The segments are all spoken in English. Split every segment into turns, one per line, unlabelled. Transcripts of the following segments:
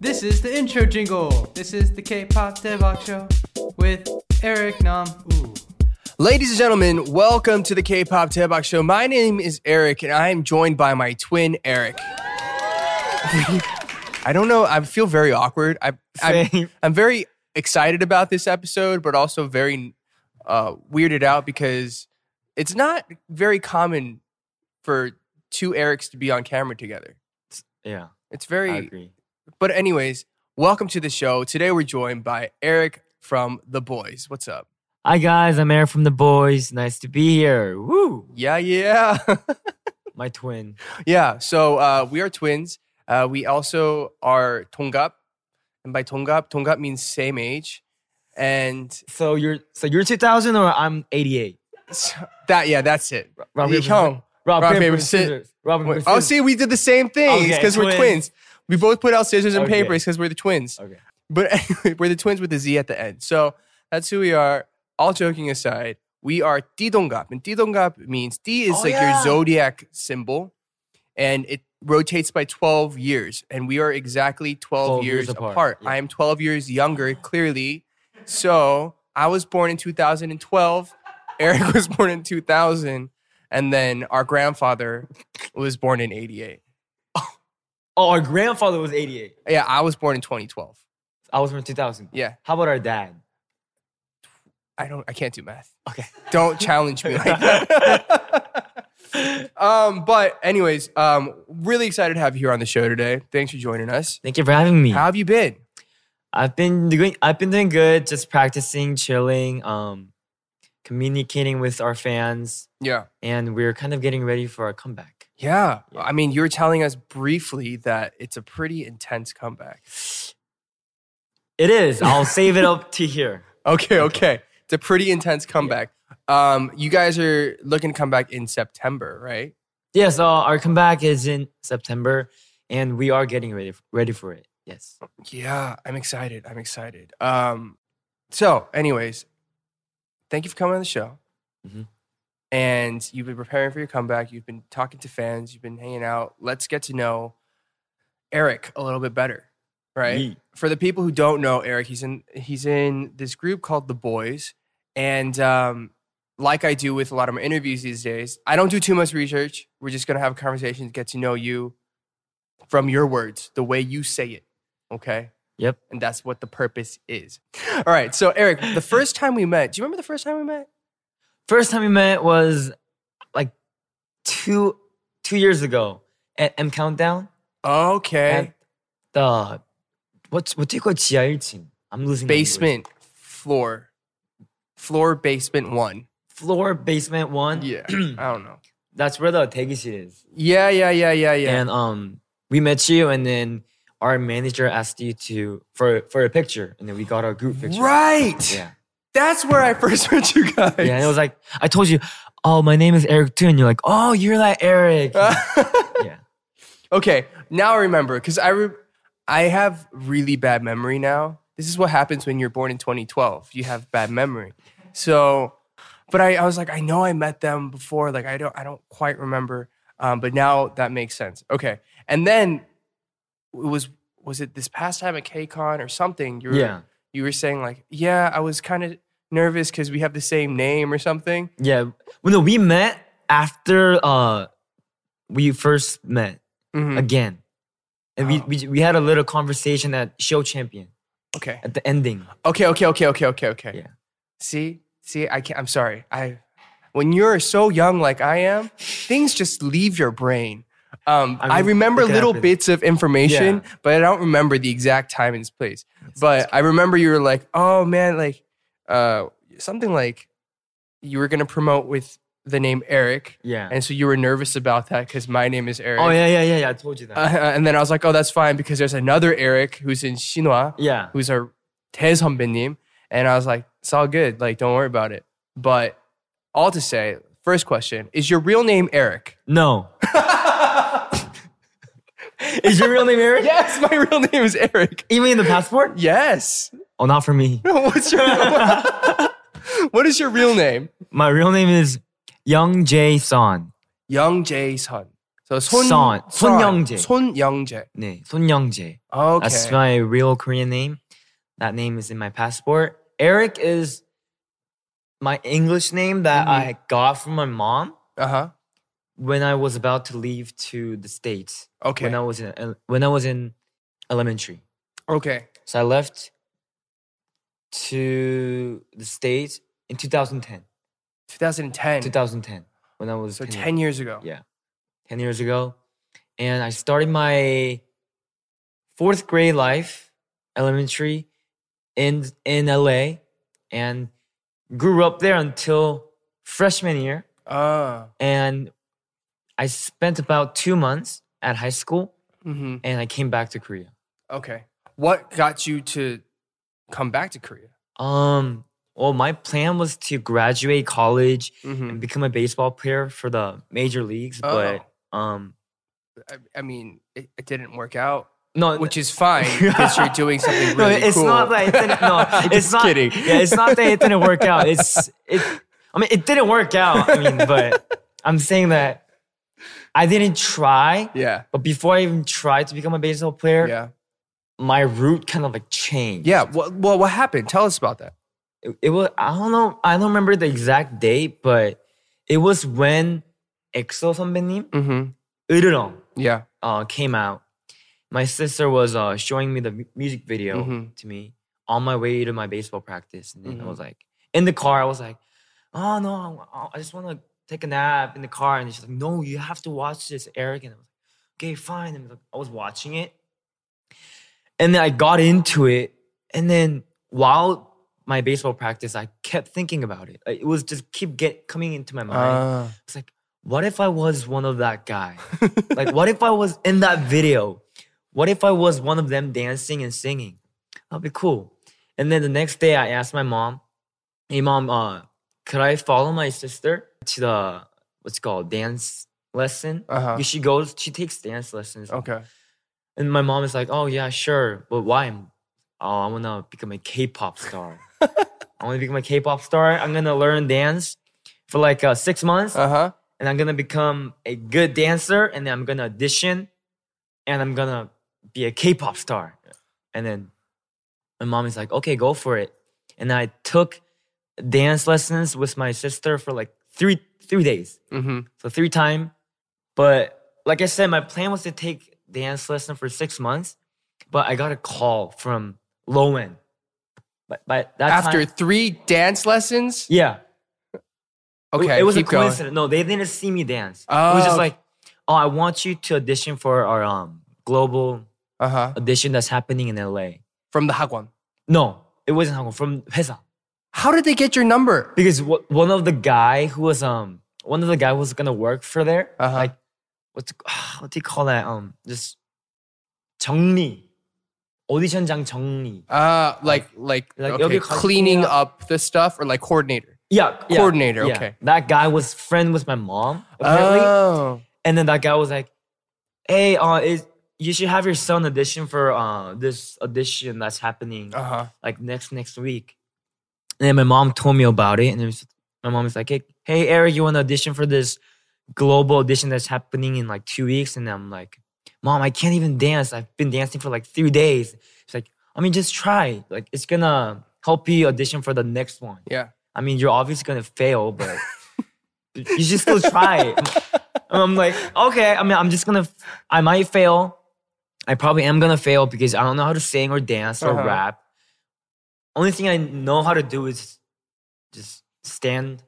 This is the intro jingle. This is the K-pop Devok Show with Eric Nam. Ooh.
Ladies and gentlemen, welcome to the K-pop Tebok Show. My name is Eric, and I am joined by my twin Eric. I don't know. I feel very awkward. I, I'm,
Same.
I'm very excited about this episode, but also very uh, weirded out because it's not very common for two Erics to be on camera together.
Yeah,
It's
I
very.
agree.
But anyways, welcome to the show. Today we're joined by Eric from The Boys. What's up?
Hi guys, I'm Eric from the Boys. Nice to be here. Woo!
Yeah, yeah.
My twin.
Yeah, so uh, we are twins. Uh, we also are tonggap, and by tonggap, tonggap means same age, and
So you're so you're 2000 or I'm 88.
s- that yeah, that's it.
Rock
Lee
paper,
Hyung.
Rock,
Rock,
paper,
paper,
scissors. Rock, paper,
Wait, Oh, see, we did the same thing
Okay,
because we're
twins.
twins. We both put out scissors and
Okay.
papers because we're the twins.
Okay.
But anyway, we're the twins with the Z at the end. So that's who we are. All joking aside, we are Tidonggap. And Tidonggap means T is
Oh,
like your
yeah.
zodiac symbol. And it rotates by 12 years. And we are exactly 12,
12
years,
years
apart.
apart. Yeah.
I am 12 years younger, clearly. So I was born in 2012. Eric was born in 2000. And then our grandfather was born in 88.
Oh, our grandfather was 88.
Yeah, I was born in 2012.
I was from 2000.
Yeah,
How about our dad?
I don't, I can't do math.
Okay.
Don't challenge me like that. um, but anyways, um, really excited to have you here on the show today. Thanks for joining us.
Thank you for having me.
How have you been?
I've been doing I've been doing good, just practicing, chilling, um, communicating with our fans,
Yeah.
and we're kind of getting ready for our comeback.
Yeah. I mean, you were telling us briefly that it's a pretty intense comeback.
It is. I'll save it up to here.
Okay, okay. It's a pretty intense comeback. Um, you guys are looking to come back in September, right?
Yeah, so uh, our comeback is in September, and we are getting ready ready for it. Yes.
Yeah, I'm excited. I'm excited. Um, so, anyways, thank you for coming on the show.
Mhm.
And you've been preparing for your comeback. You've been talking to fans. You've been hanging out. Let's get to know Eric a little bit better, right?
Ye-
For the people who don't know Eric, he's in he's in this group called The Boys, and um, like I do with a lot of my interviews these days, I don't do too much research. We're just gonna have a conversation to get to know you from your words, the way you say it. Okay.
Yep.
And that's what the purpose is. All right. So, Eric, the first time we met, do you remember the first time we met?
First time we met was like two two years ago at M Countdown
Okay.
at the what's what do you call 지하1층? I'm losing my English.
basement floor, floor basement one.
floor basement one.
Yeah. I don't know.
That's where the 대기실 is.
Yeah. Yeah. Yeah. Yeah. Yeah.
And um, we met you, and then our manager asked you to for for a picture, and then we got our group picture.
right.
Yeah.
That's where I first met you guys.
Yeah, and it was like I told you, oh, my name is Eric too, and you're like, oh, you're like Eric. yeah,
okay. Now I remember because I re- I have really bad memory now. This is what happens when you're born in 2012. You have bad memory. So, but I, I was like, I know I met them before. Like I don't I don't quite remember. Um, but now that makes sense. Okay. And then it was was it this past time at KCON or something? You were,
yeah,
You were saying like, yeah, I was kind of nervous because we have the same name or something.
yeah. Well, no, we met after uh we first met
Mhm.
again, and we,
Oh.
we we had a little conversation at Show Champion
Okay.
at the ending.
Okay, okay, okay, okay, okay, okay.
Yeah.
See, see, I can't. I'm sorry. I when you're so young like I am, things just leave your brain. Um,
I
I,
mean,
remember
it can
little
happen.
bits of information,
Yeah.
but I don't remember the exact time and place. But I remember you were like, "Oh man, like uh, something like you were gonna promote with the name Eric,
yeah.
and so you were nervous about that because my name is Eric."
oh yeah, yeah, yeah, yeah. I told you that.
Uh, and then I was like, "Oh, that's fine," because there's another Eric who's in Shinwa,
yeah.
who's our Tez Humbinim. And I was like, it's all good. Like, don't worry about it. But all to say, first question is your real name Eric?
No. Is your real name Eric?
Yes, my real name is Eric.
Even in the passport?
Yes.
Oh, not for me.
What's your What is your real name?
My real name is Young Jae Son.
Young Jae Sun. So 손
Son. 손영재.
손영재.
네, 손영재.
Okay.
That's my real Korean name. That name is in my passport. Eric is my English name that
Mhm.
I got from my mom
uh huh.
when I was about to leave to the states
Okay.
when I was in ele- when I was in elementary.
Okay.
So I left to the states in 2010.
2010.
2010 when I was
so
10
10 years ago.
Yeah. 10 years ago. And I started my fourth grade life, elementary, in, in LA, and grew up there until freshman year.
Ah.
And I spent about two months at high school
mhm.
and I came back to Korea.
Okay. What got you to come back to Korea?
Um, well, my plan was to graduate college
Mm-hmm.
and become a baseball player for the major leagues, but um,
I, I mean, it, it didn't work out,
no,
which is fine because you're doing something really
no, it's
cool.
not that it didn't. No, it's
Just
not.
kidding.
Yeah, it's not that it didn't work out. It's it. I mean, it didn't work out. I mean, but I'm saying that I didn't try.
yeah.
But before I even tried to become a baseball player,
Yeah.
my route kind of like changed.
Yeah. Well, well, what happened? Tell us about that.
It, it was. I don't know. I don't remember the exact date, but it was when EXO 선배님
Mm-hmm.
으르렁
Yeah.
uh, came out. My sister was uh, showing me the mu- music video.
Mhm.
to me on my way to my baseball practice. And then
Mhm.
I was like, in the car, I was like, oh no, I wa- I just want to take a nap in the car. And she's like, no, you have to watch this, Eric. And I was like, okay, fine. And I was watching it. And then I got into it. And then while my baseball practice, I kept thinking about it. Like, It was just keep get coming into my mind.
Ah.
it's like, what if I was one of that guy?
Uh,
like, what if I was in that video? What if I was one of them dancing and singing? That'd be cool. And then the next day, I asked my mom, "Hey, mom, uh, could I follow my sister to the what's it called dance lesson?
Uh-huh. Oh.
She goes, she takes dance lessons."
Okay.
And my mom is like, "Oh yeah, sure, but why? Oh, I wanna become a K-pop star. I wanna become a K-pop star. I'm gonna learn dance for like uh, six months,
Uh huh.
and I'm gonna become a good dancer, and then I'm gonna audition, and I'm gonna be a K-pop star. And then my mom is like, okay, go for it. And I took dance lessons with my sister for like three three days,
Mm-hmm.
so three time. But like I said, my plan was to take dance lesson for six months, but I got a call from Lowen. But by that
After
time,
three dance lessons.
yeah,
Okay.
it was
keep
a
going.
coincidence. No, they didn't see me dance. it was
Oh.
just like, oh, I want you to audition for our um global
Uh huh.
audition that's happening in LA.
From the Hagwon.
No, it wasn't Hangul from Hesa
How did they get your number?
because wh- one of the guy who was um one of the guy who was gonna work for there
Uh-huh.
like what's what do you call that um just 정리 오디션장 정리
Uh, like, like,
Like,
okay,
여기 가-
cleaning
yeah.
up the stuff or like coordinator.
yeah, yeah
Coordinator,
yeah.
okay.
that guy was friend with my mom apparently
Oh,
and then that guy was like hey uh is you should have your son audition for uh this audition that's happening
uh huh.
like next next week. And then my mom told me about it, and it was, my mom was like, "Hey, hey, Eric, you want to audition for this global audition that's happening in like two weeks?" And I'm like, "Mom, I can't even dance. I've been dancing for like three days." She's like, "I mean, just try. Like, it's gonna help you audition for the next one.
Yeah.
I mean, you're obviously gonna fail, but you should still try." And I'm like, "Okay. I mean, I'm just gonna. I might fail. I probably am gonna fail because I don't know how to sing or dance or
Uh-huh.
rap." only thing I know how to do is just stand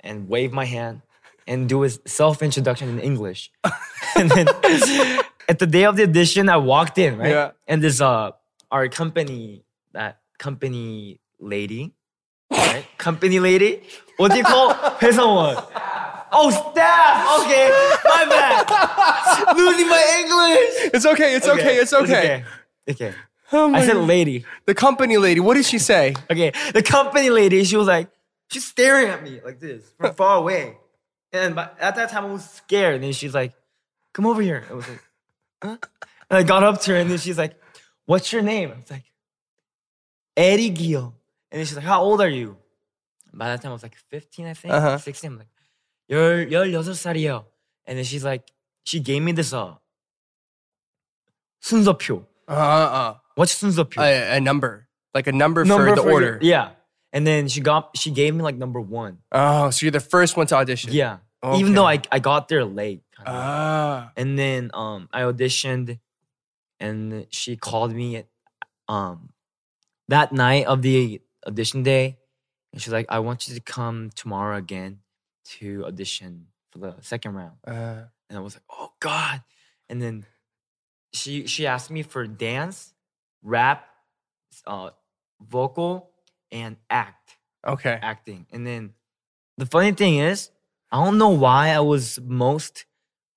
and wave my hand and do a self introduction in English. and then at the day of the audition, I walked in, right?
Yeah.
And this uh our company that company lady, right? company lady. What do you call 회사원? Oh, staff. Okay, my bad. Losing my English.
It's okay. It's okay. it's okay.
Okay. okay.
Oh my
I said
God.
lady.
the company lady. What did she say?
Okay, the company lady, she was like, she's staring at me like this from far away. And by, at that time, I was scared. And then she's like, come over here. I was like, huh? And I got up to her, and then she's like, what's your name? I was like, Eddie Gil. And then she's like, how old are you? By that time, I was like 15, I think,
Uh-huh.
16. I'm like, you're, you're 16살이요. And then she's like, she gave me this uh 순서표.
Uh, uh,
What's 순서표?
uh, a, a number, like a number, for the order.
yeah. And then she got she gave me like number one.
Oh, so you're the first one to audition.
Yeah. Even though I,
Okay.
I got there late. kinda.
Ah,
and then um I auditioned and she called me at, um that night of the audition day and she's like, I want you to come tomorrow again to audition for the second round.
uh,
And I was like, oh God. And then she she asked me for dance, rap, uh, vocal, and act
okay.
acting. And then the funny thing is, I don't know why I was most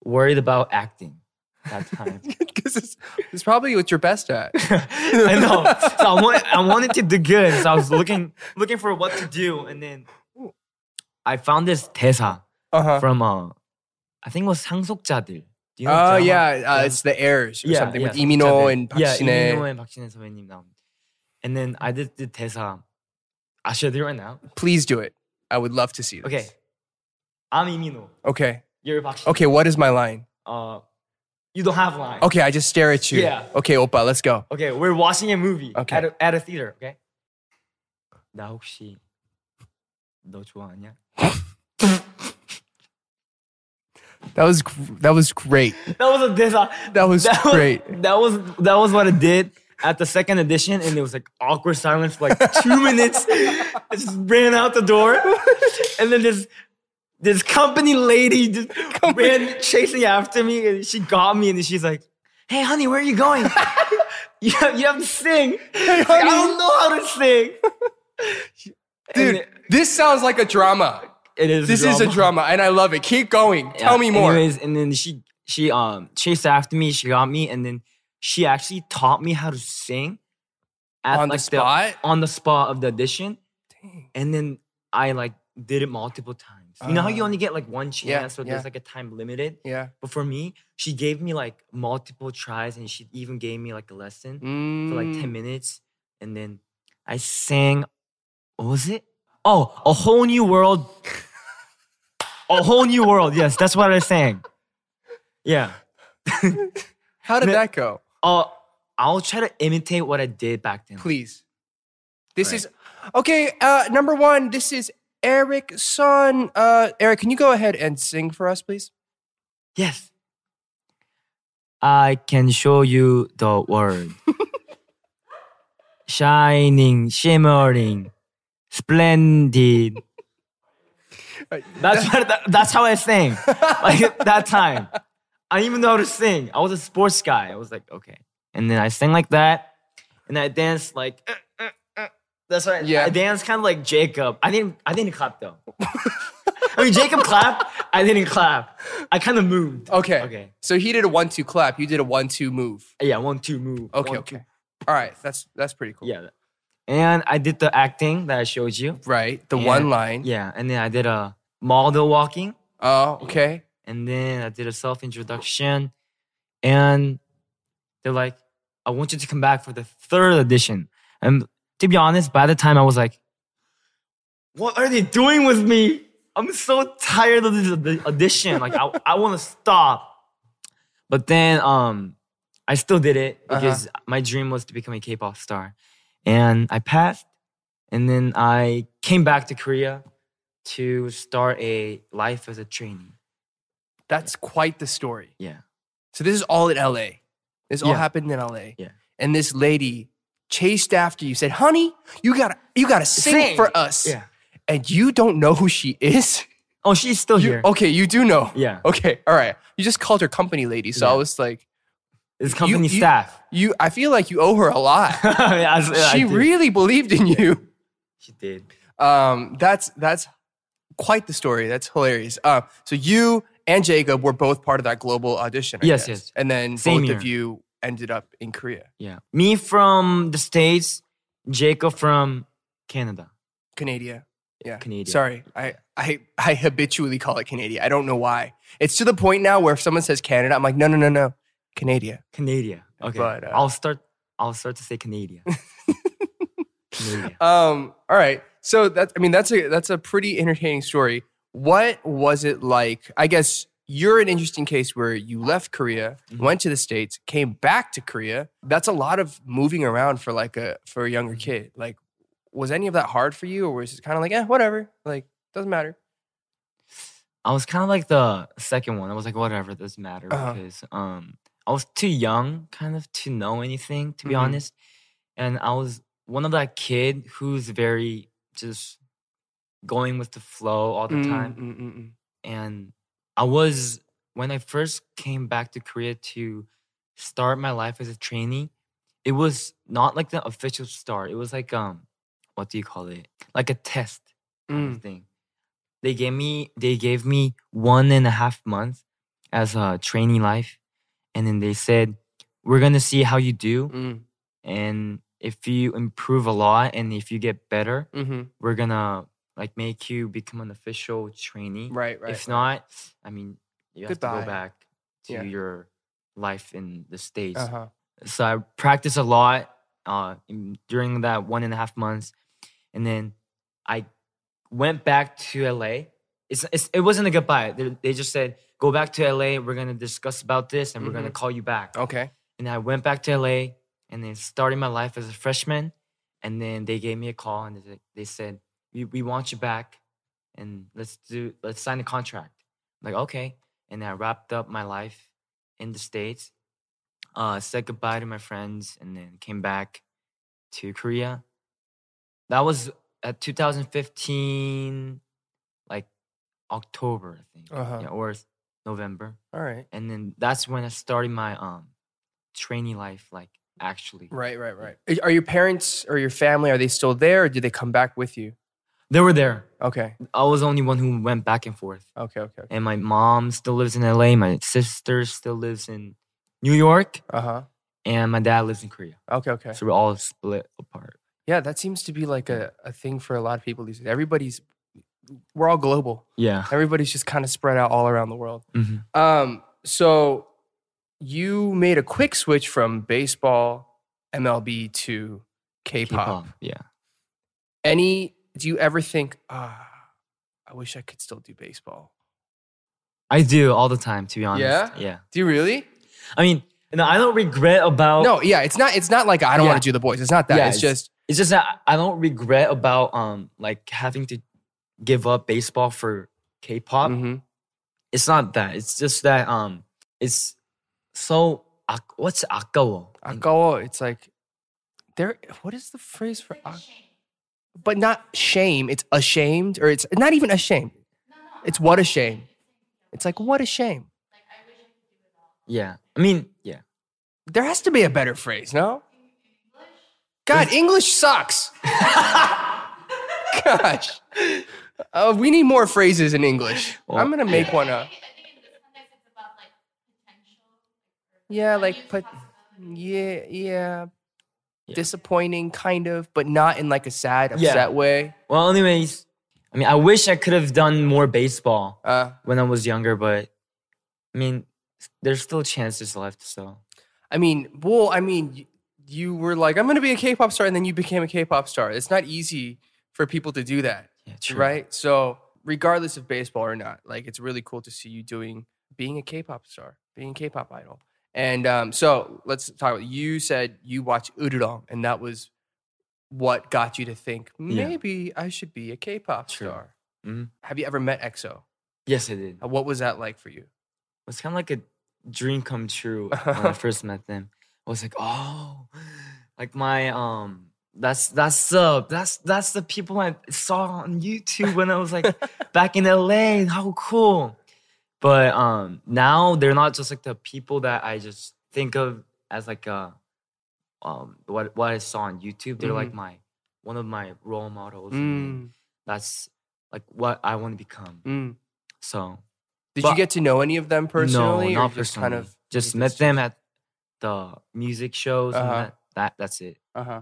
worried about acting that time.
Because it's, it's probably what you're best at.
I know. So I want, I wanted to do good. So I was looking looking for what to do, and then I found this tesa
Uh huh.
from uh, I think it was 상속자들. Do you know
Oh
drama?
yeah, uh,
Yeah.
it's the heirs or
Yeah,
something with
yeah,
Imino
something.
and Park
Yeah,
Shin-hye.
이민호 and 박신혜 선배님 나온. And then I did the 대사. I should do it right now.
Please do it. I would love to see this.
Okay. I'm 이민호.
Okay.
You're 박신혜.
Okay. What is my line?
Uh, you don't have line.
Okay, I just stare at you.
Yeah.
Okay, Opa, let's go.
Okay, we're watching a movie
Okay.
at, a, at a theater. Okay. 나 혹시 너 좋아하냐?
That was gr- that was great.
That was a uh, 대사.
That was great.
that was that was what it did at the second edition, and it was like awkward silence for like two minutes. I just ran out the door, and then this this company lady just ran chasing after me, and she got me, and she's like, "Hey, honey, where are you going? you have you have to sing. Like, I
honey."
don't know how to sing,
Dude,
And it-
this sounds like a drama.
It is
This is a drama and I love it. Keep going.
Yeah,
Tell me more.
Anyways, and then she she um chased after me. She got me, and then she actually taught me how to sing at,
On the spot?
on the spot of the audition. And then I like did it multiple times. You know how you
Ah.
only get like one chance, so
yeah.
there's like a time limited.
yeah.
But for me, she gave me like multiple tries, and she even gave me like a lesson
Mm.
for like ten minutes, and then I sang. What was it? Oh, a whole new world. a whole new world. Yes, that's what I sang. Yeah.
How did
Mi-
that go?
Uh, I'll try to imitate what I did back then.
Please. This
Right.
is okay. Uh, number one, this is Eric Son. Uh, Eric, can you go ahead and sing for us, please?
Yes. I can show you the world. Shining, shimmering, splendid.
Right.
That's what, that- that's how I sang. Like at that time, I didn't even know how to sing. I was a sports guy. I was like, okay. And then I sang like that, and I danced like. uh, uh, uh. That's right.
Yeah.
I danced kind of like Jacob. I didn't. I didn't clap though. I mean, Jacob clapped. I didn't clap. I kind of moved.
Okay.
Okay.
So he did a one-two clap. You did a one-two move.
Yeah, one two move.
Okay.
one,
okay.
two.
All right. That's that's pretty cool.
Yeah. And I did the acting that I showed you.
Right. The
And-
one line.
Yeah. And then I did a model walking.
Oh. Okay.
And then I did a self introduction. And they're like, I want you to come back for the third edition. And to be honest, by the time I was like, what are they doing with me? I'm so tired of this aud- audition. Like, I, I want to stop. But then um, I still did it
Uh-huh.
because my dream was to become a K pop star. And I passed. And then I came back to Korea to start a life as a trainee.
That's quite the story.
Yeah.
So this is all in L.A. This all
Yeah.
happened in L.A.
Yeah.
And this lady chased after you. Said, "Honey, you gotta you gotta sing,
Sing.
for us."
Yeah.
And you don't know who she is.
Oh, she's still
You- oh,
here.
okay, you do know.
Yeah.
Okay, all right. You just called her company lady, so I
Yeah.
was like,
It's company
you-
staff.
you. I feel like you owe her a lot.
Yeah, I was- I
she
did.
really believed in you.
She did.
Um, that's that's quite the story. That's hilarious. Um, so you and Jacob were both part of that global audition. I
Yes,
guess.
yes.
And then
Same
both of
year.
you ended up in Korea,
Yeah. Me from the States, Jacob from Canada.
Canada. Yeah,
Canada.
Sorry, I, I I habitually call it Canada. I don't know why. It's to the point now where if someone says Canada, I'm like, no, no, no, no, Canada.
Canada. Okay.
But, uh,
I'll start I'll start to say Canada. Canada.
Um, all right. So that's I mean that's a that's a pretty entertaining story. What was it like? I guess you're an interesting case where you left Korea,
Mhm.
went to the States, came back to Korea. That's a lot of moving around for like a for a younger
Mm-hmm.
kid. Like, was any of that hard for you, or was it kind of like, eh, whatever, like doesn't matter?
I was kind of like the second one. I was like, whatever, it doesn't matter
Uh-huh.
because um, I was too young, kind of, to know anything, to be
Mhm.
honest. And I was one of that kid who's very just going with the flow all the time.
Mm,
And I was when I first came back to Korea to start my life as a trainee. It was not like the official start. It was like um, what do you call it? Like a test kind
mm,
of thing. They gave me they gave me one and a half months as a trainee life, and then they said, "We're gonna see how you do,
mm,
and if you improve a lot, and if you get better,
Mm-hmm.
we're gonna like make you become an official trainee.
Right, right.
if not, I mean, you have to
Goodbye.
go back to
Yeah.
your life in the states."
uh huh.
so I practiced a lot uh, in- during that one and a half months, and then I went back to LA. It's, it's it wasn't a goodbye. They, they just said go back to LA. We're gonna discuss about this, and we're gonna call you back.
Okay.
And I went back to LA, and then started my life as a freshman. And then they gave me a call, and they- they said we, we want you back, and let's do let's sign a contract. I'm like okay, and I wrapped up my life in the states uh, said goodbye to my friends and then came back to Korea. That was at 2015, like October, I think,
Uh-huh.
yeah, or s- November.
All right.
And then that's when I started my um trainee life, like actually.
Right, right, right. Are- Are your parents or your family are they still there, or did they come back with you?
They were there.
Okay.
I was the only one who went back and forth.
Okay. Okay. okay.
And my mom still lives in LA. My sister still lives in New York,
Uh huh.
and my dad lives in Korea.
Okay. Okay.
So we're all split apart.
Yeah, that seems to be like a, a thing for a lot of people these days. Everybody's we're all global.
Yeah.
Everybody's just kind of spread out all around the world.
hmm
Um, so you made a quick switch from baseball, MLB to K-pop.
K-pop. Yeah.
Any? Do you ever think, ah, I wish I could still do baseball?
I do all the time, to be honest.
Yeah?
Yeah.
Do you really?
I mean, no, I don't regret about.
No, yeah. It's not. It's not like I don't
Yeah.
want to do the boys. It's not that.
Yeah,
Oh. it's,
it's-
just
It's just that I don't regret about um like having to give up baseball for K-pop.
Mhm.
It's not that. It's just that um it's so 아, what's 아까워?
아까워. oh, It's like there. What is the phrase for? 아- but not shame. It's ashamed, or it's not even ashamed. It's what a shame. It's like what a shame.
Yeah. I mean, yeah.
There has to be a better phrase, no? God, English sucks. Gosh, uh, we need more phrases in English. I'm gonna make one up. Yeah, like put. Yeah, yeah. Disappointing, kind of, but not in like a sad,
Yeah.
upset way.
Well, anyways, I mean, I wish I could have done more baseball
Uh,
when I was younger, but I mean, there's still chances left. So
I mean, well, I mean, y- you were like, I'm gonna be a K-pop star, and then you became a K-pop star. It's not easy for people to do that.
yeah, true.
right? So regardless of baseball or not, like it's really cool to see you doing being a K-pop star, being a K-pop idol. And um, so let's talk about you said you watch Udurong, and that was what got you to think
Yeah.
maybe I should be a K-pop
True.
star.
Mhm.
Have you ever met EXO?
Yes, I did.
Uh, What was that like for you?
It was kind of like a dream come true when I first met them. I was like, oh, like my um, that's that's the that's that's the people I saw on YouTube when I was like back in LA. How cool! But um, now they're not just like the people that I just think of as like uh, um, what what I saw on YouTube. They're like my one of my role models. And
Mm-hmm. Mm,
that's like what I want to become.
mm.
So
Did you
But-
get to know any of them personally?
no,
or just
not personally.
Kind of
just
you
met them at the music shows and
Uh-huh.
that, that that's it.
Uh-huh.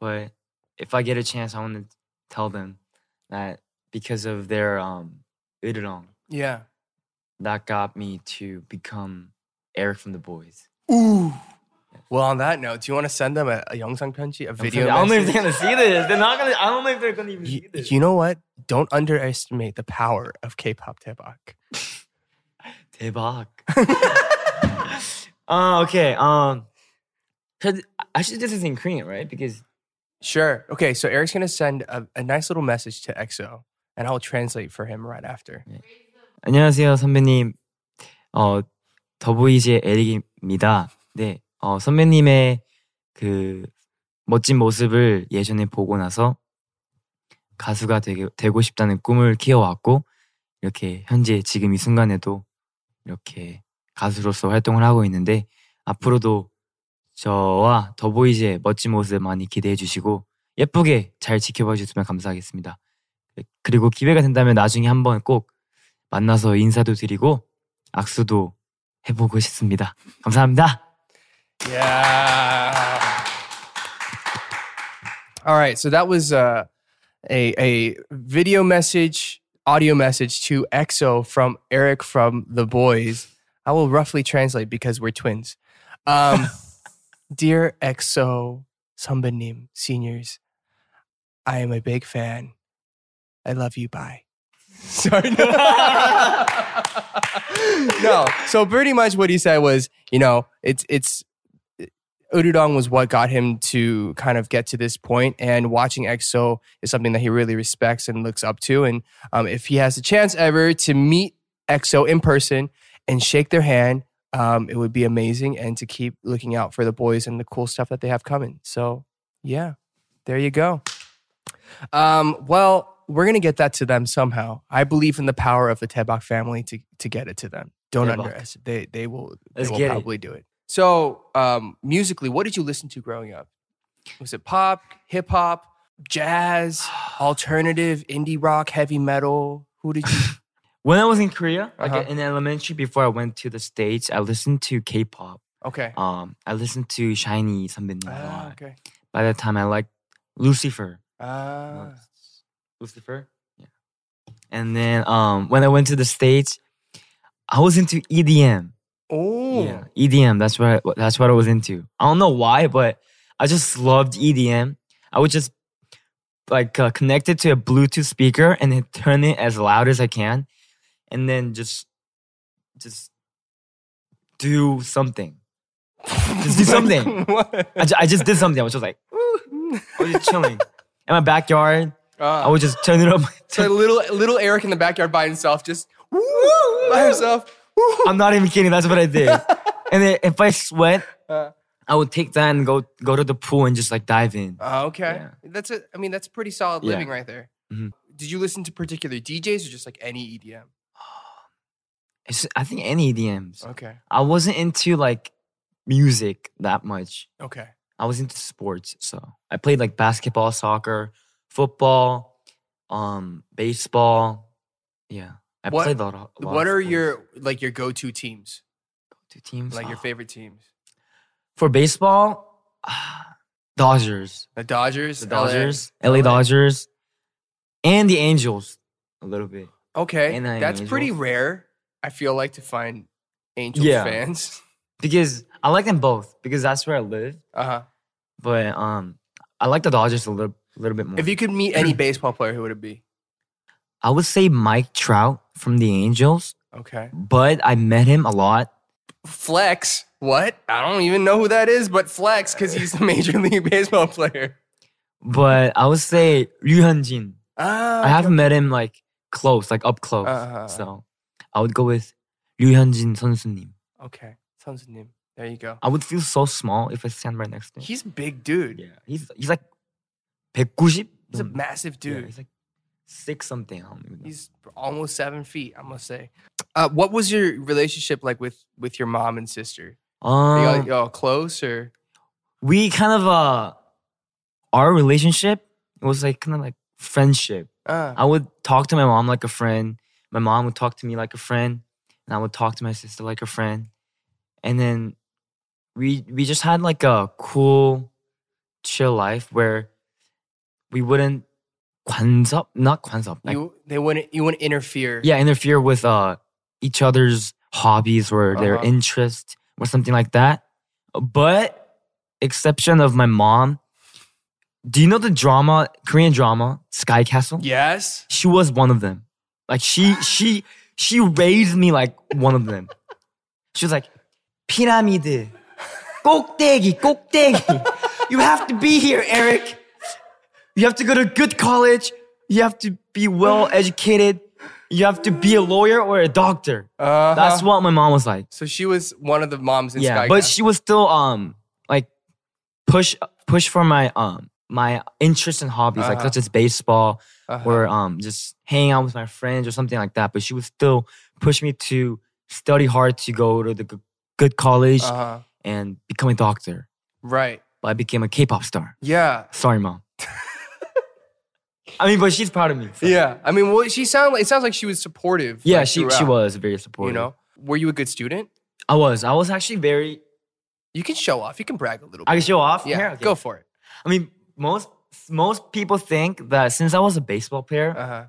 But if I get a chance, I want to tell them that because of their um Udon,
Yeah.
that got me to become Eric from the Boys.
Ooh. Well, on that note, do you want to send them a, a 영상 편지, a video?
I don't know
message?
if they're gonna see this. They're not gonna. I don't know if they're gonna even
you,
see this.
you know what? Don't underestimate the power of K-pop Taebak.
대박. uh, okay. Um, 'cause I should do this in Korean, right? Because
Sure. Okay, so Eric's gonna send a, a nice little message to EXO, and I'll translate for him right after.
안녕하세요 선배님. 어 더보이즈의 에릭입니다. 네, 어, 선배님의 그 멋진 모습을 예전에 보고 나서 가수가 되게, 되고 싶다는 꿈을 키워왔고 이렇게 현재 지금 이 순간에도 이렇게 가수로서 활동을 하고 있는데 앞으로도 저와 더보이즈의 멋진 모습 많이 기대해 주시고 예쁘게 잘 지켜봐 주시면 감사하겠습니다. 그리고 기회가 된다면 나중에 한번 꼭 만나서 인사도 드리고 악수도 해보고 싶습니다. 감사합니다.
Yeah. All right. So that was uh, a a video message, audio message to EXO from Eric from the boys. I will roughly translate because we're twins. Um, dear EXO Sambanim seniors, I am a big fan. I love you. Bye. Sorry. No. no. So pretty much what he said was, you know, it's it's uh, Ududong was what got him to kind of get to this point, and watching EXO is something that he really respects and looks up to. And um, if he has a chance ever to meet EXO in person and shake their hand, um, it would be amazing. And to keep looking out for the boys and the cool stuff that they have coming. So yeah, there you go. Um, well, we're gonna get that to them somehow. I believe in the power of the Tebak family to to get it to them. Don't
Taebak.
underestimate. They they will. They
Let's
will
get it.
probably do it. So, um, musically, what did you listen to growing up? Was it pop, hip hop, jazz, alternative, indie rock, heavy metal? Who did you?
When I was in Korea,
Uh-huh.
like in elementary, before I went to the States, I listened to K-pop.
Okay.
Um, I listened to Shiny 선배님 a
Ah,
lot.
okay.
By that time, I liked Lucifer.
Ah.
Lucifer. Yeah. And then um, when I went to the States, I was into E EDM.
oh.
Yeah, EDM. That's what I, that's what I was into. I don't know why, but I just loved EDM. I would just like uh, connect it to a Bluetooth speaker and then turn it as loud as I can, and then just just do something. Just do something.
What?
I, ju- I just did something. I was just like I was just chilling in my backyard. I
Ah.
would just turn it up.
so little little Eric in the backyard by himself, just woo, by himself. Woo.
I'm not even kidding. That's what I did. and then if I sweat,
Uh.
I would take that and go go to the pool and just like dive in.
Ah, okay.
Yeah.
That's it. I mean, that's pretty solid
Yeah.
living right there.
Mhm.
Did you listen to particular DJs or just like any E EDM?
It's- I think any EDMs.
Okay.
I wasn't into like music that much.
Okay.
I was into sports, so I played like basketball, soccer, football, um, baseball. Yeah, I
What-
played a lot. Of, a lot
what
of
are
sports.
your like your go-to teams
Two teams?
like your
Ah.
favorite teams
for baseball? ah, Dodgers,
the dodgers
the
LA?
Dodgers, LA Dodgers, and the Angels a little bit.
okay
and the
that's pretty
Angels.
rare i feel like to find angels
Yeah.
fans
because I like them both because that's where I live.
uh-huh
But um, I like the Dodgers a little, little bit more.
if you could meet any baseball player who would it be
I would say Mike Trout from the Angels,
okay
but I met him a lot.
flex what i don't even know who that is but flex because he's a major league baseball player
But I would say Ryu Hyunjin.
ah
I haven't met him like close, like up close.
Uh-huh.
So I would go with Ryu Hyunjin 선수님.
okay sounds new there you go
I would feel so small if I stand right next to him.
he's a big dude
yeah, he's he's like 190.
he's a massive
Yeah,
dude
he's like six something. I don't even know.
He's almost seven feet, I must say. Uh, what was your relationship like with with your mom and sister? Are y'all,
Um,
y'all close or
we kind of uh our relationship was like kind of like friendship.
uh,
I would talk to my mom like a friend. My mom would talk to me like a friend, and I would talk to my sister like a friend. And then we we just had like a cool, chill life where we wouldn't 관섭, not 관섭, like,
you they wouldn't you wouldn't interfere?
yeah, interfere with uh each other's hobbies or their
Uh-huh.
interest or something like that. But exception of my mom. Do you know the drama, Korean drama, Sky Castle?
Yes.
She was one of them. Like she she She raised me like one of them. She was like, 피라미드, 꼭대기, 꼭대기. You have to be here, Eric. You have to go to good college. You have to be well educated. You have to be a lawyer or a doctor.
Uh-huh.
That's what my mom was like.
so she was one of the moms in
yeah,
Sky.
but
Cast.
she was still um like push push for my um my interests and hobbies like
Uh-huh.
such as baseball
Uh-huh.
or um just hanging out with my friends or something like that. But she would still push me to study hard to go to the g- good college
Uh-huh.
and become a doctor.
Right.
But I became a K-pop star.
Yeah.
Sorry, mom. I mean, but she's proud of me. so-
Yeah. I mean, well, she sound like it sounds like she was supportive.
yeah,
like,
she she
throughout,
was very supportive.
You know, were you a good student?
I was. I was actually very.
You can show off. You can brag a little.
I
bit.
can show off.
yeah.
Here, okay.
Go for it.
I mean, most most people think that since I was a baseball player
Uh huh.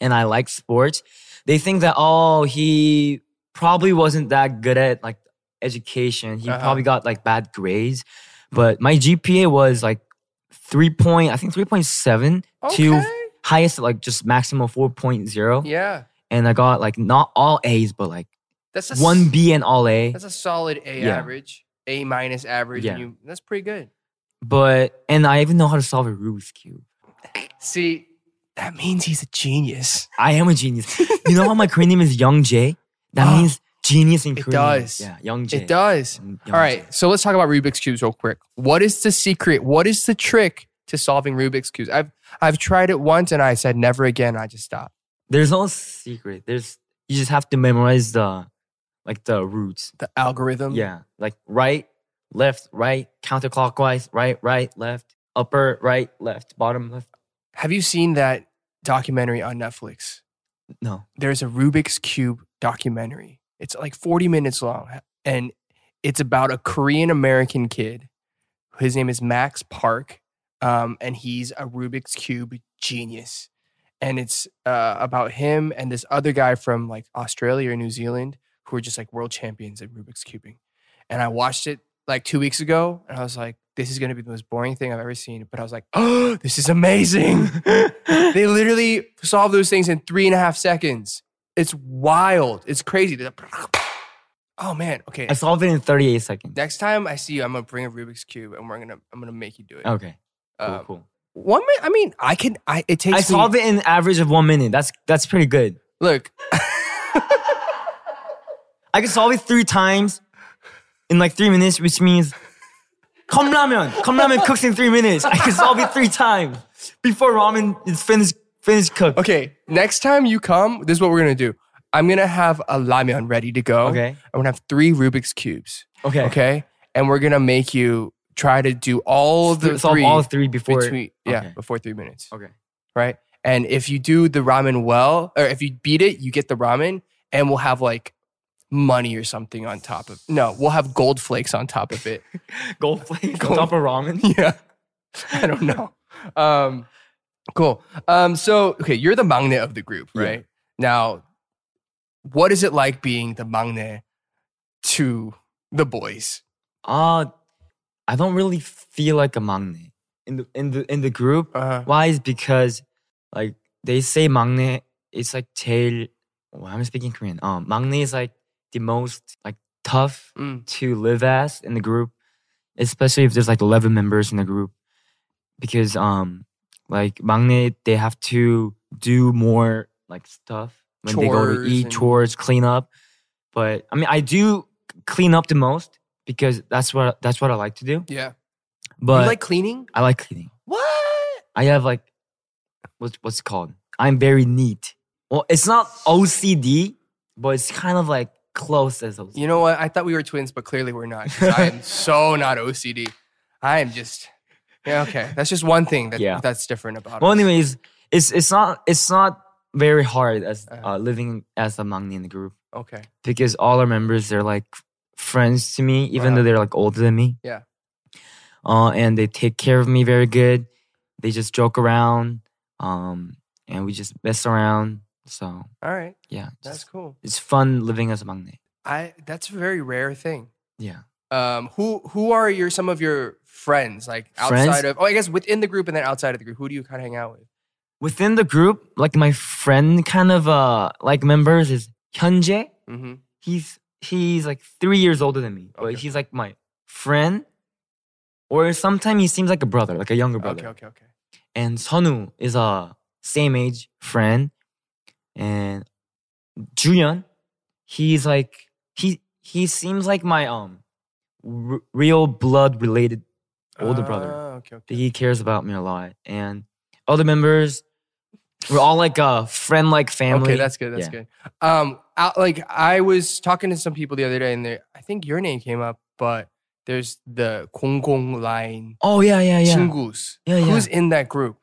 and I like sports, they think that oh, he probably wasn't that good at like education. He
Uh-huh.
probably got like bad grades. But my GPA was like three point, I think three point seven to
Okay.
highest like just maximum 4.0
Yeah.
and i got like not all a's but like
That's a s-
one b and all a
That's a solid A
Yeah.
average, A minus average. and
Yeah.
you- that's pretty good.
but and i even know how to solve a rubik's cube
See, that means he's a genius.
I am a genius. you know how my Korean name is Young Jae? That
Ah,
means genius in
it
Korean.
does.
Yeah, Young Jae.
It does.
Young- Young
All right, so let's talk about Rubik's cubes real quick. What is the secret? What is the trick to solving Rubik's cubes? I've I've tried it once and I said never again. I just stopped.
There's no secret. There's you just have to memorize the like the roots.
The algorithm.
Yeah. Like right, left, right, counterclockwise, right, right, left, upper, right, left, bottom, left.
Have you seen that documentary on Netflix?
No.
There's a Rubik's cube documentary. It's like 40 minutes long, and it's about a Korean American kid. His name is Max Park, um, and he's a Rubik's cube genius. And it's uh, about him and this other guy from like Australia or New Zealand who are just like world champions at Rubik's cubing. And I watched it like two weeks ago, and I was like, "This is going to be the most boring thing I've ever seen." But I was like, "Oh, this is amazing!" they literally solve those things in three and a half seconds. It's wild. It's crazy. They're like, Oh man. Okay.
I solved it in 38 seconds.
Next time I see you, I'm gonna bring a Rubik's cube and we're gonna I'm gonna make you do it.
Okay. Oh, Cool,
Um,
cool.
One minute. I mean, I can. I it takes.
I
me-
solved it in average of one minute. That's that's pretty good.
Look,
I can solve it three times in like three minutes, which means 컵라면, 컵라면 cooks in three minutes. I can solve it three times before ramen is finished finished cooked.
okay. Next time you come, this is what we're gonna do. I'm gonna have a lamion ready to go.
Okay.
I'm gonna have three Rubik's cubes.
Okay.
Okay. And we're gonna make you try to do all
Th-
the
solve
three
all three before.
between yeah
okay.
before three minutes.
Okay.
right? And if you do the ramen well, or if you beat it, you get the ramen, and we'll have like money or something on top of. No, we'll have gold flakes on top of it.
Gold flakes
Gold-
on top of ramen.
yeah, I don't know. Um, cool. Um, so okay, you're the magnet of the group,
Yeah.
right? Now, what is it like being the magnet to the boys?
Uh I don't really feel like a magne in the in the in the group.
Uh,
Why is because like they say magne it's like 제일. Well, I'm speaking Korean. Um, magne is like the most like tough
mm,
to live as in the group, especially if there's like 11 members in the group, because um like Magne they have to do more like stuff when they go to
Chores
eat
and-
chores, clean up. But I mean, I do clean up the most because that's what that's what I like to do.
yeah,
But
you like cleaning?
I like cleaning.
What?
I have like what's what's it called? I'm very neat. Well, it's not OCD, but it's kind of like close as OCD.
You know what? I thought we were twins, but clearly we're not. 'cause I am so not OCD. I am just yeah. Okay, that's just one thing that
Yeah.
that's different about.
Well,
us.
anyways, it's it's not it's not very hard as
Uh-huh.
uh, living as a Mangni in the group
Okay.
because all our members they're like friends to me, even
Wow.
though they're like older than me.
Yeah.
Uh, and they take care of me very good. They just joke around, um, and we just mess around. So
All right.
yeah,
That's
just-
cool.
it's fun living as a Mangni.
I that's a very rare thing.
Yeah.
Um, who who are your some of your friends like
Friends?
outside of? Oh, I guess within the group and then outside of the group. Who do you kind of hang out with?
Within the group, like my friend kind of uh like members is Hyunjae,
hmm
he's he's like three years older than me,
Okay.
but he's like my friend, or sometimes he seems like a brother, like a younger brother.
Okay, okay, okay.
And Sonu is a same age friend, and Juyeon, he's like he he seems like my um r- real blood related older brother.
Ah, Okay, okay.
He cares about me a lot, and other members, we're all like a friend like family.
Okay, that's good. That's
Yeah.
good. Um, out, like I was talking to some people the other day, and they, I think your name came up, but there's the Kong Kong line,
Oh yeah, yeah, yeah.
Chingus.
Yeah, yeah.
Who's in that group?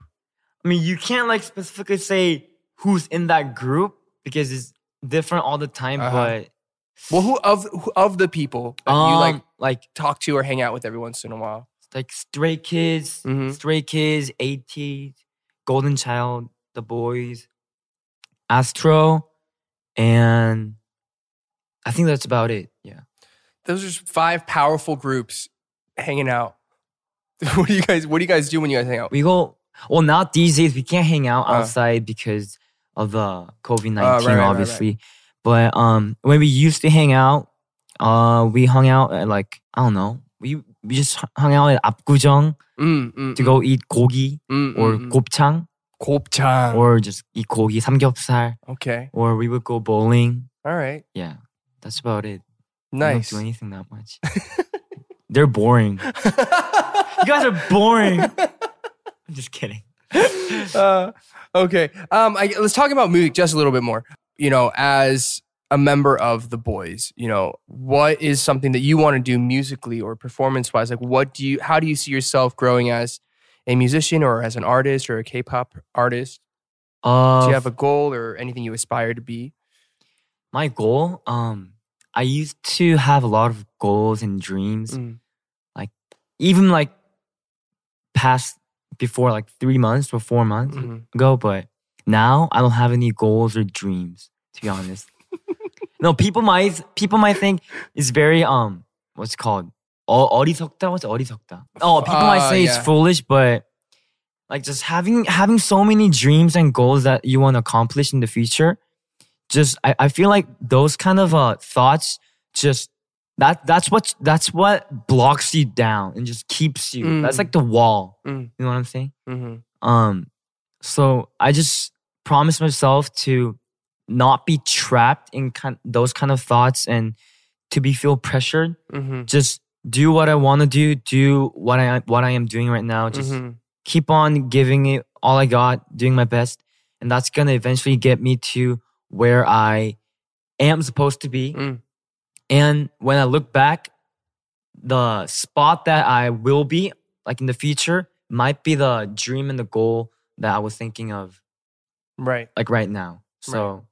I mean, you can't like specifically say who's in that group because it's different all the time.
Uh-huh.
But
Well, who of who, of the people that
um,
you like
like
talk to or hang out with every once in a while?
like Stray Kids,
Mhm.
Stray Kids, AT, Golden Child, The Boys, Astro, and I think that's about it. Yeah.
Those are five powerful groups hanging out. what do you guys? What do you guys do when you guys hang out?
We go well now these days we can't hang out
Uh. Oh,
outside because of the COVID nineteen,
right, right, right, right.
obviously. But um, when we used to hang out, uh, we hung out at like I don't know. We we just hu- hung out at Apgujong
Mm, mm,
to go eat gogi
mm, mm,
or
mm.
gopchang
곱창.
or just eat gogi 삼겹살
okay,
or we would go bowling.
all right,
Yeah, that's about it. We don't
nice.
do anything that much. They're boring. You guys are boring. I'm just kidding.
uh, okay. Um, I, let's talk about music just a little bit more. You know, as a member of the boys, you know, what is something that you want to do musically or performance wise? Like, what do you, how do you see yourself growing as a musician or as an artist or a K pop artist?
Uh,
Do you have a goal or anything you aspire to be?
my goal um i used to have a lot of goals and dreams
Mm.
even like past before like three months or four months
Mhm.
ago but now i don't have any goals or dreams to be honest no people might people might think it's very um what's it called 어, 어리석다 what's 어리석다 oh people might
Uh,
say it's
yeah.
foolish but like just having having so many dreams and goals that you want to accomplish in the future just I, I feel like those kind of uh thoughts just that that's what that's what blocks you down and just keeps you. That's
Mm.
like the wall.
Mm.
You know what I'm saying?
Mhm.
Um so I just promise myself to not be trapped in kind those kind of thoughts and to be feel pressured.
Mhm.
Just do what I want to do, do what I what I am doing right now. Just
Mhm.
keep on giving it all I got, doing my best, and that's gonna eventually get me to where I am supposed to be.
Mm.
And when I look back, the spot that I will be, like in the future, might be the dream and the goal that I was thinking of,
Right.
like right now. So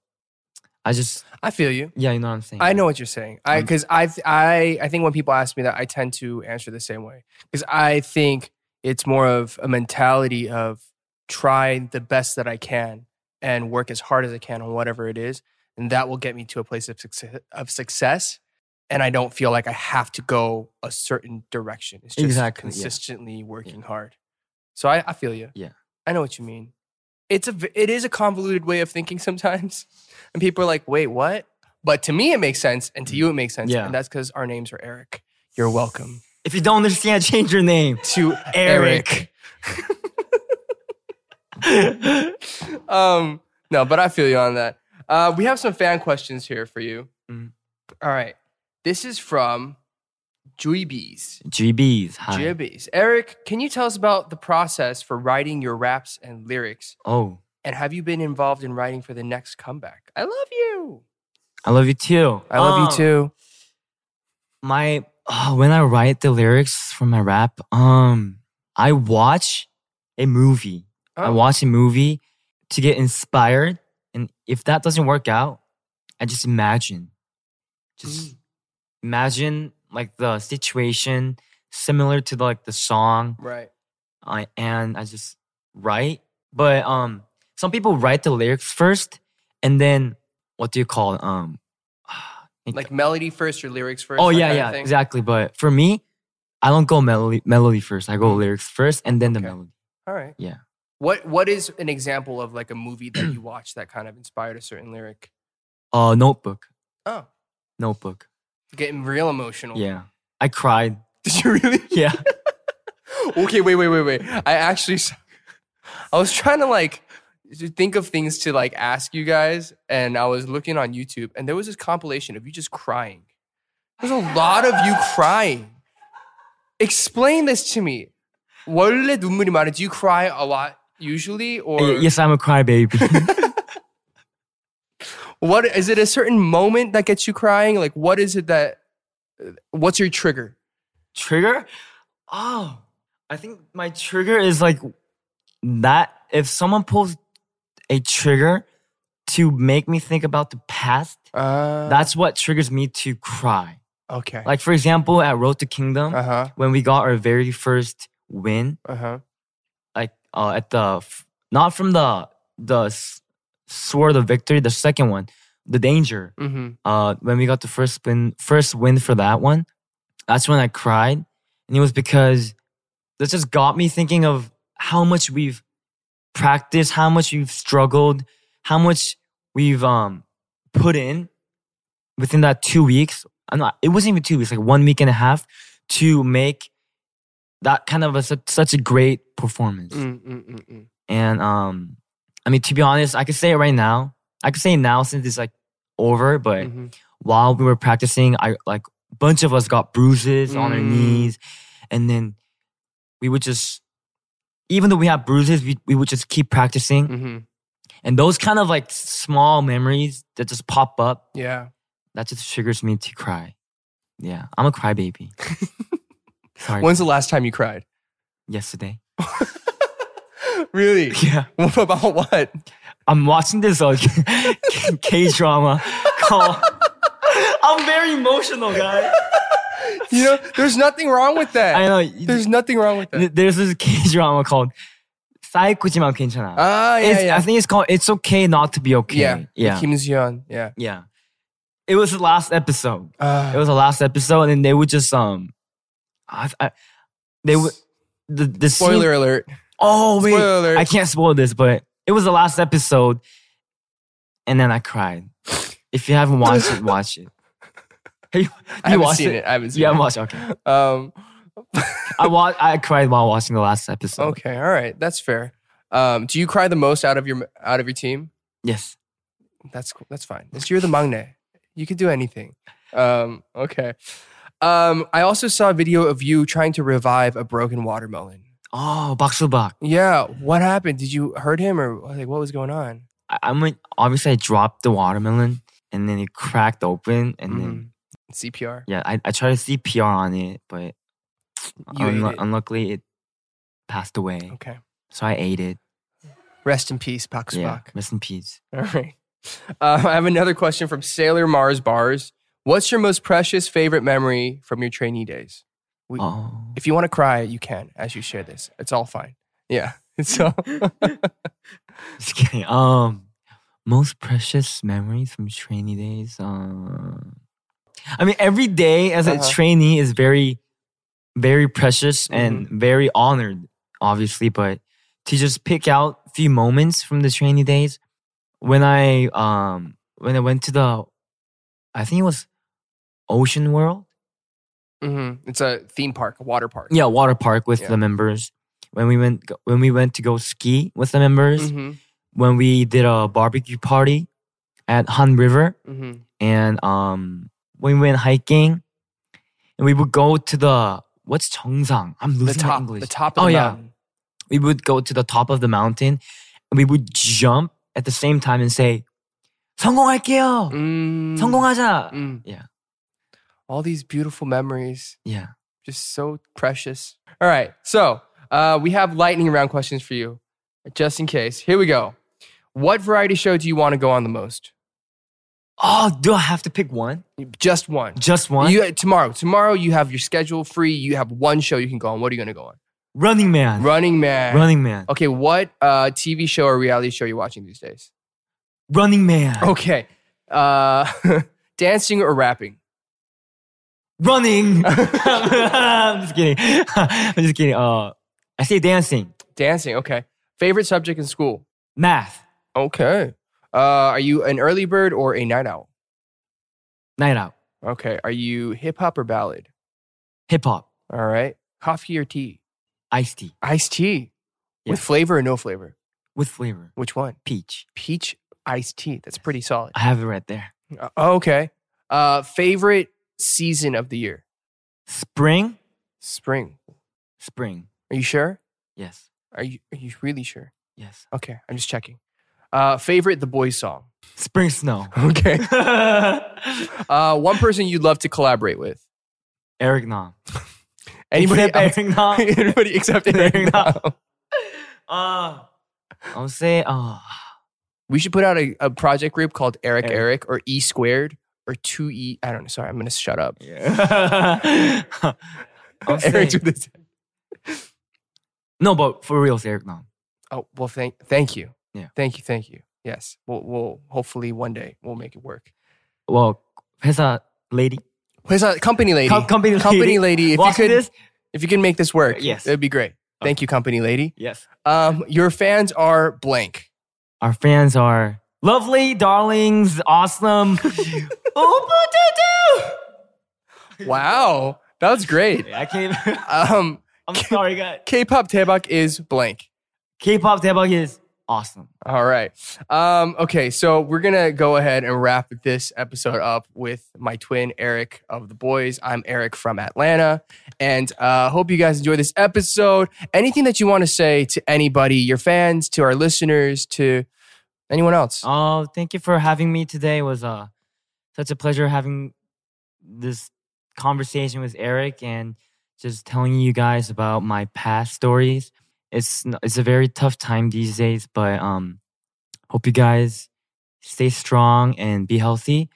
I just,
I feel you.
yeah, you know what I'm saying.
I know what you're saying. I
Um,
because I th- I I think when people ask me that, I tend to answer the same way because I think it's more of a mentality of try the best that I can and work as hard as I can on whatever it is, and that will get me to a place of success. Of success, and I don't feel like I have to go a certain direction. It's just
Exactly, yeah.
consistently working hard. So I, I feel you.
Yeah.
I know what you mean. It's a v- it is a convoluted way of thinking sometimes, and people are like, "Wait, what?" But to me, it makes sense, and to you, it makes sense.
Yeah.
And that's because our names are Eric. You're welcome
If you don't understand, change your name.
to
Eric.
Eric. um, no, but I feel you on that. Uh, we have some fan questions here for you.
Mm.
All right. This is from Jui Bees.
GBs. Hi.
Jui Bees. Eric, can you tell us about the process for writing your raps and lyrics?
oh,
And have you been involved in writing for the next comeback? I love you.
I love you too.
I love
Um,
you too.
my uh, when I write the lyrics for my rap, um, I watch a movie. I
Oh.
watch a movie to get inspired, and if that doesn't work out, I just imagine, just imagine like the situation similar to like the song,
Right.
I and I just write. But um, some people write the lyrics first, and then what do you call it? Um,
Like melody first or lyrics first?
Oh
that
yeah,
kind of
yeah,
thing?
exactly. But for me, I don't go melody melody first. I go lyrics first, and then the
Mm. Okay.
melody.
All right.
Yeah.
What What is an example of like a movie that you watched that kind of inspired a certain lyric?
Uh, Notebook.
Oh,
Notebook.
getting real emotional.
Yeah. I cried.
Did you really?
Yeah.
okay, wait, wait, wait, wait. I actually, s- I was trying to like to think of things to like ask you guys, and I was looking on YouTube, and there was this compilation of you just crying. There's a lot of you crying. Explain this to me. 원래 눈물이 많아? Do you cry a lot usually, or
Y- yes, I'm a crybaby.
what is it? A certain moment that gets you crying? Like, what is it that? What's your trigger?
trigger? Oh, I think my trigger is like that. If someone pulls a trigger to make me think about the past,
Uh,
that's what triggers me to cry.
okay.
Like, for example, at Road to Kingdom,
Uh huh.
when we got our very first win,
Uh huh.
like uh, at the f- not from the the s- sword of victory, the second one, the danger.
Mm-hmm.
Uh, when we got the first win, first win for that one, that's when I cried, and it was because that just got me thinking of how much we've practiced, how much we've struggled, how much we've um put in within that two weeks. I'm not. It wasn't even two weeks, like one week and a half, to make that kind of a such, such a great performance.
Mm-hmm, Mm-mm-mm-mm.
And um, I mean, to be honest, I could say it right now. I could say it now since it's like over, but
Mhm.
while we were practicing, I like a bunch of us got bruises on our
Mm.
knees, and then we would just, even though we had bruises, we, we would just keep practicing.
Mhm.
And those kind of like small memories that just pop up,
Yeah.
that just triggers me to cry. Yeah, I'm a crybaby. Sorry.
When's the last time you cried?
yesterday?
really?
Yeah.
What about what?
I'm watching this uh, K drama called. I'm very emotional, guys.
You know, there's nothing wrong with that.
I know.
There's nothing wrong with that.
th- There's this K drama called "사이코지만 괜찮아."
Ah, yeah,
It's-
yeah.
I think it's called "It's Okay Not to Be Okay."
yeah,
yeah,
Kim Ji-yeon. Yeah.
yeah. It was the last episode.
Uh,
It was the last episode, and they would just um, I, I, they would the the scene-
spoiler alert.
oh wait,
Spoiler alert.
I can't spoil this, but it was the last episode, and then I cried. If you haven't watched it, watch it. Have you,
I
you
haven't
watched
seen it. I haven't seen
You haven't
it.
watched. Okay,
Um,
I wa- I cried while watching the last episode.
okay. All right. That's fair. Um, do you cry the most out of your out of your team?
Yes.
That's cool. That's fine. It's, you're the mangne. You could do anything. Um, okay. Um, I also saw a video of you trying to revive a broken watermelon.
Oh, Baksubak.
Yeah, what happened? Did you hurt him or like what was going on?
I, I mean, obviously, I dropped the watermelon, and then it cracked open, and then
Mhm. CPR.
yeah, I, I tried to CPR on it, but
You ate
unlu-
it.
unluckily, it passed away.
Okay.
So I ate it.
Rest in peace, Pax
Yeah,
Bach.
rest in peace.
All right. Um, I have another question from Sailor Mars Bars. What's your most precious favorite memory from your trainee days? We-
Oh,
If you want to cry, you can as you share this. It's all fine. Yeah. So mm-hmm.
just kidding. Um, most precious memories from trainee days. Uh, I mean, every day as
Uh-huh.
a trainee is very, very precious and
Mm-hmm.
very honored, obviously. But to just pick out a few moments from the trainee days, when I um when I went to the, I think it was Ocean World.
mhm. it's a theme park, a water park.
Yeah, water park with
Yeah.
the members. When we went when we went to go ski with the members.
Mhm,
when we did a barbecue party at Han River
mhm.
and um when we went hiking and we would go to the what's Cheongsang? I'm
The
losing my
top,
English.
the top of
Oh,
the
yeah.
mountain.
We would go to the top of the mountain and we would jump at the same time and say 성공할게요.
Mm,
성공하자.
mm.
Yeah.
All these beautiful memories.
Yeah.
just so precious. All right, so uh, we have lightning round questions for you, just in case. Here we go. What variety show do you want to go on the most?
Oh, do I have to pick one?
Just one.
Just one?
You, tomorrow, tomorrow you have your schedule free. You have one show you can go on. What are you going to go on?
Running Man.
Running Man.
Running Man.
Okay, what uh, TV show or reality show are you watching these days?
Running Man.
Okay, uh, dancing or rapping?
Running. I'm just kidding. I'm just kidding. Uh, I say dancing.
Dancing. Okay. Favorite subject in school?
Math.
Okay. Uh, are you an early bird or a night owl?
Night out.
Okay. Are you hip hop or ballad?
Hip hop.
All right. Coffee or tea?
Iced tea.
Iced tea. With
Yeah.
flavor or no flavor?
With flavor.
Which one?
Peach.
Peach iced tea. That's pretty solid.
I have it right there.
Uh, okay. Uh, favorite season of the year?
Spring.
Spring.
Spring.
Are you sure?
Yes.
Are you are you really sure?
Yes.
Okay, I'm just checking. Uh, favorite the boys song.
Spring snow.
Okay. Uh, one person you'd love to collaborate with.
Eric Nam.
Anybody
Except
else?
Eric Nam.
Anybody except Eric
Eric Nam.
Nam.
Uh, I'll say uh,
We should put out a, a project group called Eric Eric,
Eric.
or E squared or two E. I don't know. Sorry, I'm gonna shut up.
yeah. I'll say,
Eric's with his-
no, but for real, it's Eric Nam.
Oh well, thank thank you.
Yeah.
Thank you. Thank you. Yes. We'll, we'll hopefully one day we'll make it work.
Well, 회사 lady,
Where's that company lady?
Com- company lady,
company lady. If you
watch
could,
this.
if you can make this work,
Yes.
it'd be great. Thank you, company lady.
Yes,
Um, your fans are blank.
our fans are lovely, darlings, awesome. Opa
Wow, that was great.
I can't. Even,
Um,
I'm sorry, guys.
K-pop Taebak is blank.
K-pop 대박 is awesome.
All right. Um, okay, so we're gonna go ahead and wrap this episode up with my twin Eric of the boys. I'm Eric from Atlanta, and uh, hope you guys enjoy this episode. Anything that you want to say to anybody, your fans, to our listeners, to anyone else?
Oh, thank you for having me today. It was uh, such a pleasure having this conversation with Eric and just telling you guys about my past stories. It's n- it's a very tough time these days, but um, hope you guys stay strong and be healthy,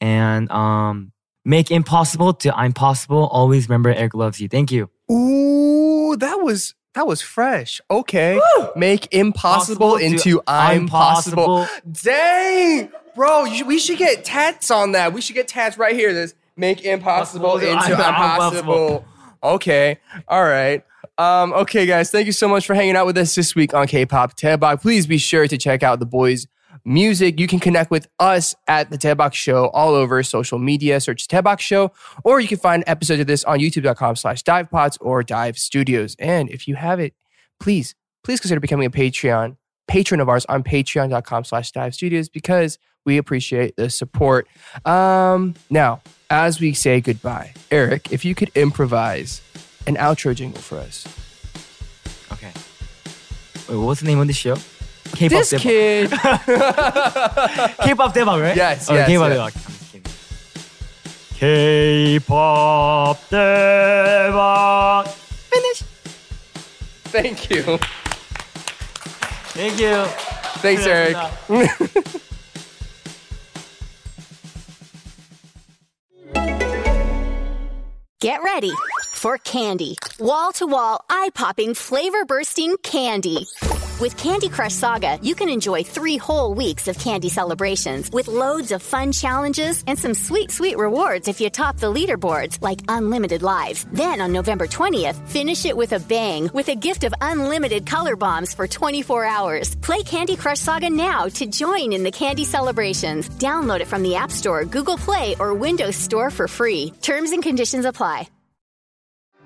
and um, make impossible to impossible. Always remember, Eric loves you. Thank you.
Ooh, that was that was fresh. Okay, make impossible
Possible to
into I'm possible.
Impossible.
Dang, bro, you should, we should get tats on that. We should get tats right here. This make impossible
Possible to
into
I'm
impossible.
impossible.
Okay, all right. Um, okay, guys, thank you so much for hanging out with us this week on K-pop Tebok. Please be sure to check out the boys' music. You can connect with us at the Tebok Show all over social media. Search Tebok Show, or you can find episodes of this on YouTube.com/slash Dive Pods or Dive Studios. And if you have it, please, please consider becoming a Patreon patron of ours on patreon.com slash dive studios because we appreciate the support um now as we say goodbye eric if you could improvise an outro jingle for us
Okay. Wait, what's the name of the show? K-pop
this
Debug.
kid
K-pop 대박, right?
Yes,
Okay,
yes,
K-pop
yes.
대박. I'm just kidding. K-pop 대박. Finish.
thank you
Thank you.
thanks eric
Get ready for candy. Wall to wall, eye popping, flavor bursting candy. With Candy Crush Saga, you can enjoy three whole weeks of candy celebrations with loads of fun challenges and some sweet, sweet rewards if you top the leaderboards, like unlimited lives. Then on November 20th, finish it with a bang with a gift of unlimited color bombs for 24 hours. Play Candy Crush Saga now to join in the candy celebrations. Download it from the App Store, Google Play, or Windows Store for free. Terms and conditions apply.